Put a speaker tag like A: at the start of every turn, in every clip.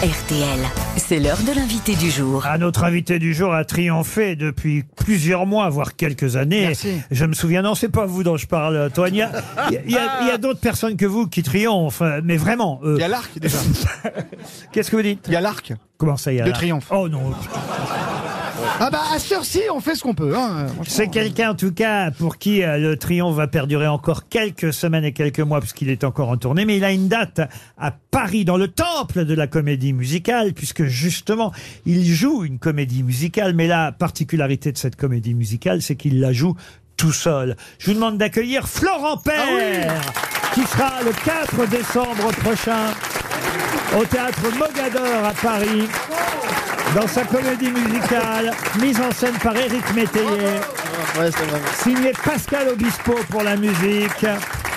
A: RTL. C'est l'heure de l'invité du jour.
B: Ah, notre invité du jour a triomphé depuis plusieurs mois, voire quelques années.
C: Merci.
B: Je me souviens, non, c'est pas vous dont je parle, Toine. Il y a, il y a- il y a d'autres personnes que vous qui triomphent, euh, mais vraiment. euh,
C: Il y a l'arc déjà.
B: Qu'est-ce que vous dites
C: Il y a l'arc.
B: Comment ça, il y a
C: De
B: là
C: triomphe.
B: Oh non.
C: Ah bah à cette heure-ci, on fait ce qu'on peut. Hein. euh, franchement.
B: C'est quelqu'un, en tout cas, pour qui euh, le triomphe va perdurer encore quelques semaines et quelques mois, puisqu'il est encore en tournée. Mais il a une date à Paris, dans le temple de la comédie musicale, puisque justement, il joue une comédie musicale. Mais la particularité de cette comédie musicale, c'est qu'il la joue tout seul. Je vous demande d'accueillir Florent Père, qui sera le 4 décembre prochain au théâtre Mogador à Paris. Dans sa comédie musicale, mise en scène par Éric Métayer
C: Ouais, c'est vrai.
B: signé Pascal Obispo pour la musique,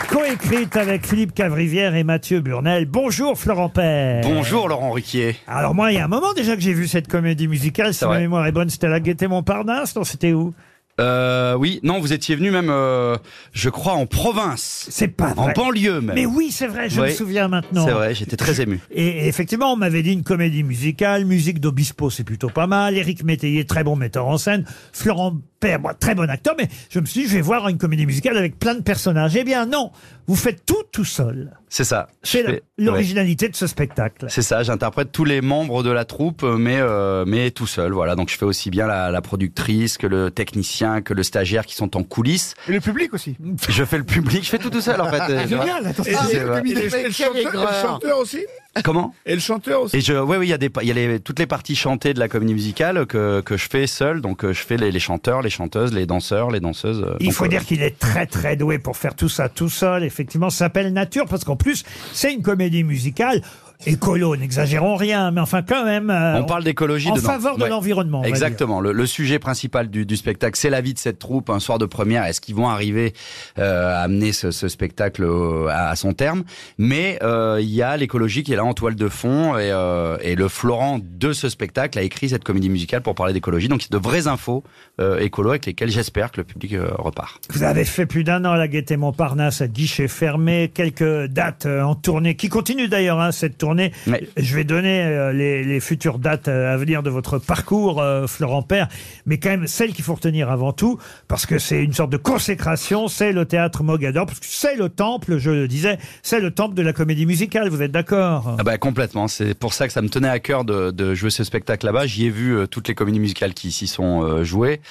B: coécrite avec Philippe Cavrivière et Mathieu Burnel. Bonjour Florent Père.
D: Bonjour Laurent Ruquier.
B: Alors moi, il y a un moment déjà que j'ai vu cette comédie musicale, si
D: C'est
B: ma
D: vrai.
B: mémoire est bonne, c'était à la Gaîté Montparnasse, non c'était où
D: Euh, oui, non, vous étiez venu même, euh, je crois, en province,
B: C'est pas
D: en
B: vrai.
D: banlieue même.
B: Mais oui, c'est vrai, je
D: Oui.
B: me souviens maintenant.
D: C'est vrai, j'étais très ému.
B: Et effectivement, on m'avait dit une comédie musicale, musique d'Obispo, c'est plutôt pas mal. Éric Métayer, très bon metteur en scène. Florent Père, moi, très bon acteur. Mais je me suis dit, je vais voir une comédie musicale avec plein de personnages. Eh bien, non, vous faites tout tout seul.
D: C'est ça.
B: C'est
D: Je
B: la-
D: fais- ouais.
B: l'originalité de ce spectacle.
D: C'est ça, j'interprète tous les membres de la troupe, mais euh, mais tout seul, voilà. Donc je fais aussi bien la, la productrice que le technicien, que le stagiaire qui sont en coulisses.
C: Et le public aussi.
D: Je fais le public, je fais tout tout seul en fait. Euh,
C: Génial. Attends,
D: Ah,
C: c'est-
D: c'est vrai.
E: Et le, et le chanteur, et le chanteur aussi
D: Comment
E: Et le chanteur aussi
D: Et je, ouais, oui, il y a des, pa- il y a les, toutes les parties chantées de la comédie musicale que que je fais seul. Donc euh, je fais les, les chanteurs, les chanteuses, les danseurs, les danseuses. euh,
B: Il
D: donc,
B: faut
D: euh,
B: dire qu'il est très très doué pour faire tout ça tout seul. Effectivement, ça s'appelle Nature parce qu'en plus, c'est une comédie musicale écolo, n'exagérons rien, mais enfin quand même. euh,
D: On parle d'écologie
B: en
D: dedans.
B: faveur de
D: Ouais.
B: l'environnement. on va
D: Exactement. Le, le sujet principal du, du spectacle, c'est la vie de cette troupe. Un soir de première, est-ce qu'ils vont arriver euh, à amener ce, ce spectacle au- à, à son terme Mais euh, il y a l'écologie qui est là en toile de fond et, euh, et le Florent de ce spectacle a écrit cette comédie musicale pour parler d'écologie. Donc c'est de vraies infos euh, écolo avec lesquelles j'espère que le public euh, repart.
B: dire. Vous avez fait plus d'un an à la Gaîté Montparnasse à guichet fermé, quelques dates euh, en tournée qui continue d'ailleurs hein, cette tournée.
D: Ouais.
B: Je vais donner euh, les, les futures dates euh, à venir de votre parcours, euh, Florent Père, mais quand même celle qu'il faut retenir avant tout, parce que c'est une sorte de consécration, c'est le théâtre Mogador, parce que c'est le temple, je le disais, c'est le temple de la comédie musicale, vous êtes d'accord
D: Ah bah complètement, c'est pour ça que ça me tenait à cœur de, de jouer ce spectacle là-bas. J'y ai vu euh, toutes les comédies musicales qui s'y sont euh, jouées.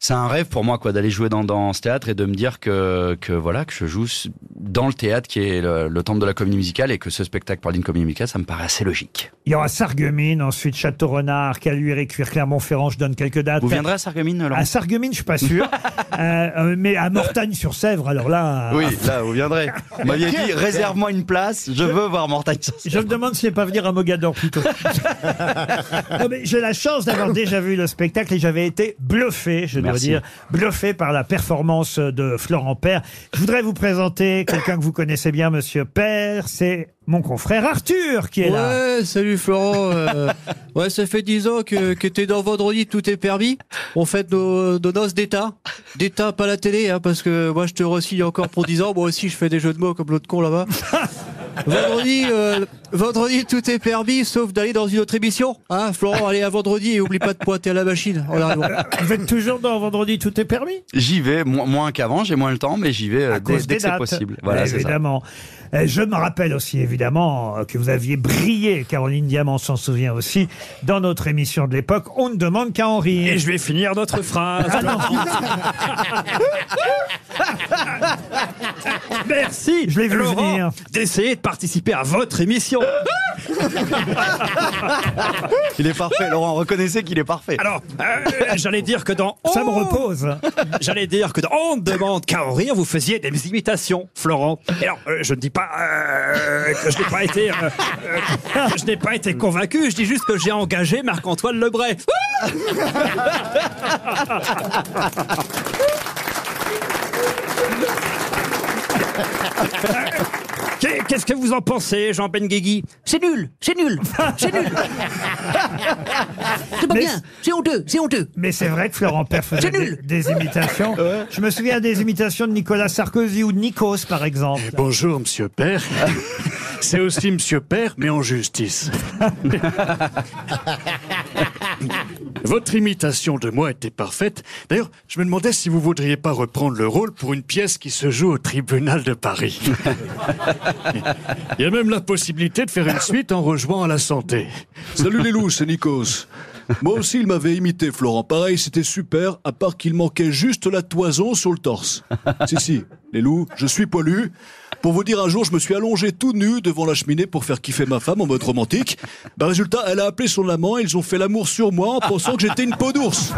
D: C'est un rêve pour moi quoi d'aller jouer dans, dans ce théâtre et de me dire que, que voilà que je joue s- dans le théâtre qui est le, le temple de la comédie musicale et que ce spectacle parle d'une comédie musicale, ça me paraît assez logique.
B: Il y aura Sarguemine, ensuite Château-Renard, Caluire et Cuire, Clermont-Ferrand, je donne quelques dates.
D: Vous viendrez à Sarreguemines, Laurent
B: À Sarguemine, je suis pas sûr, Euh, euh, mais à Mortagne-sur-Sèvre, alors là...
D: Ah,
B: euh,
D: Oui, là vous viendrez. Vous m'aviez dit réserve-moi une place, je veux voir Mortagne. sur Seine.
B: Je me demande si je vais pas venir à Mogador plutôt. Non, mais J'ai la chance d'avoir déjà vu le spectacle et j'avais été bluffé, je dois
D: Merci.
B: dire, bluffé par la performance de Florent Père. Je voudrais vous présenter quelqu'un que vous connaissez bien, Monsieur Père. C'est mon confrère Arthur qui est là.
F: Ouais, salut Florent. euh, ouais, ça fait 10 ans que, que t'es dans Vendredi, tout est permis. On fait nos, nos noces d'État. D'État, pas la télé, hein, parce que moi je te re-signe encore pour 10 ans. Moi aussi je fais des jeux de mots comme l'autre con là-bas. Vendredi, euh, vendredi, tout est permis, sauf d'aller dans une autre émission. Hein, Florent, allez à vendredi et oublie pas de pointer à la machine Oh en arrivant.
B: Euh, Vous êtes toujours dans Vendredi, tout est permis
D: J'y vais mo- moins qu'avant, j'ai moins le temps, mais j'y vais euh,
B: à
D: dès,
B: cause
D: dès
B: des
D: que c'est
B: dates.
D: possible. Voilà, c'est ça.
B: évidemment. Euh, Je me rappelle aussi, évidemment, euh, que vous aviez brillé, Caroline Diamant s'en souvient aussi, dans notre émission de l'époque, On ne demande qu'à en rire.
G: Et je vais finir notre phrase.
B: Merci, je l'ai vu venir.
G: Laurent, d'essayer de participer à votre émission.
D: Il est parfait, Laurent, reconnaissez qu'il est parfait.
G: Alors, euh, j'allais dire que dans
B: Ça me
G: On-
B: repose.
G: J'allais dire que dans On ne demande qu'à en rire, vous faisiez des imitations, Florent. Et alors, euh, je ne dis pas euh, que je n'ai pas été, euh, euh, que je n'ai pas été convaincu. Je dis juste que j'ai engagé Marc-Antoine Lebray. Qu'est- Qu'est-ce que vous en pensez, Jean Benguigui
H: C'est nul, c'est nul, c'est nul. C'est pas
B: Mais-
H: bien, c'est honteux, c'est honteux.
B: Mais c'est vrai que Florent Père faisait
H: C'est
B: des,
H: nul.
B: des imitations. Je me souviens des imitations de Nicolas Sarkozy ou de Nikos, par exemple.
I: Bonjour, monsieur Père.
J: C'est aussi Monsieur Père, mais en justice. Votre imitation de moi était parfaite. D'ailleurs, je me demandais si vous voudriez pas reprendre le rôle pour une pièce qui se joue au tribunal de Paris. Il y a même la possibilité de faire une suite en rejoignant à la santé.
K: Salut les loups, c'est Nikos. Moi aussi, il m'avait imité, Florent. Pareil, c'était super, à part qu'il manquait juste la toison sur le torse. Si, si, les loups, je suis poilu. Pour vous dire, un jour, je me suis allongé tout nu devant la cheminée pour faire kiffer ma femme en mode romantique. Bah, résultat, elle a appelé son amant, et ils ont fait l'amour sur moi en pensant que j'étais une peau d'ours.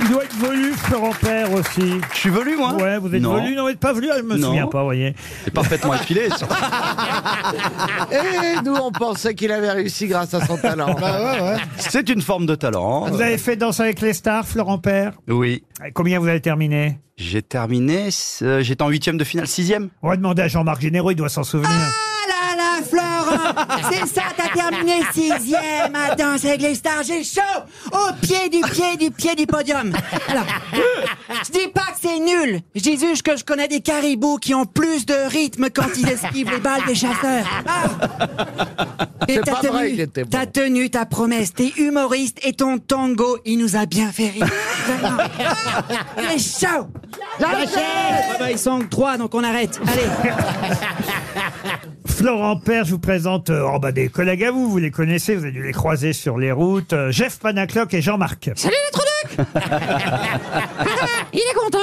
B: Il doit être velu, Florent Père aussi.
D: Je suis velu, moi
B: Ouais, vous êtes
D: Non.
B: velu. Non, vous n'êtes pas velu, je me
D: Non.
B: souviens pas, vous voyez.
D: C'est parfaitement épilé. ça.
C: Et Eh, nous, on pensait qu'il avait réussi grâce à son talent.
D: C'est une forme de talent.
B: Vous avez fait Danse avec les stars, Florent Père
D: Oui.
B: Combien vous avez terminé
D: J'ai terminé. euh, J'étais en huitième de finale, sixième.
B: On va demander à Jean-Marc Généraux, il doit s'en souvenir.
F: Ah là là, Florent C'est ça, t'as terminé sixième à Danse avec les stars. J'ai chaud au pied du pied du pied du podium. Alors, je dis pas que c'est nul. Je dis juste que je connais des caribous qui ont plus de rythme quand ils esquivent les balles des chasseurs. Ah Et
C: C'est
F: ta
C: pas
F: tenue,
C: vrai, il était bon.
F: Ta tenue, ta promesse, t'es humoriste et ton tango, Oh, il nous a bien fait rire. Vraiment. J'ai chaud
B: J'achète
F: Ah bah, Ils sont que trois, donc on arrête. Allez
B: Florent Père, je vous présente euh, oh, bah, des collègues à vous, vous les connaissez, vous avez dû les croiser sur les routes. euh, Jeff Panacloc et Jean-Marc.
G: Salut les trucs Il est content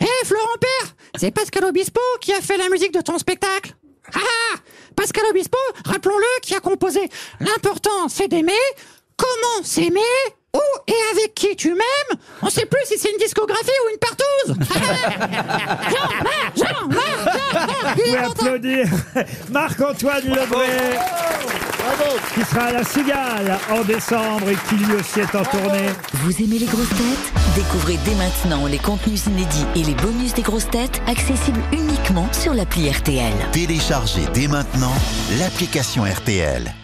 G: Eh Florent Père C'est Pascal Obispo qui a fait la musique de ton spectacle Ah ah Pascal Obispo, rappelons-le, qui a composé L'important c'est d'aimer, comment s'aimer, où et avec qui tu m'aimes On sait plus si c'est une discographie ou une partouze Jean, Jean, Jean, Jean,
B: Vous pouvez applaudir Marc-Antoine Lebré, qui sera à la Cigale en décembre et qui lui aussi est en tournée.
A: Vous aimez les grosses têtes Découvrez dès maintenant les contenus inédits et les bonus des grosses têtes accessibles uniquement sur l'appli RTL.
L: Téléchargez dès maintenant l'application RTL.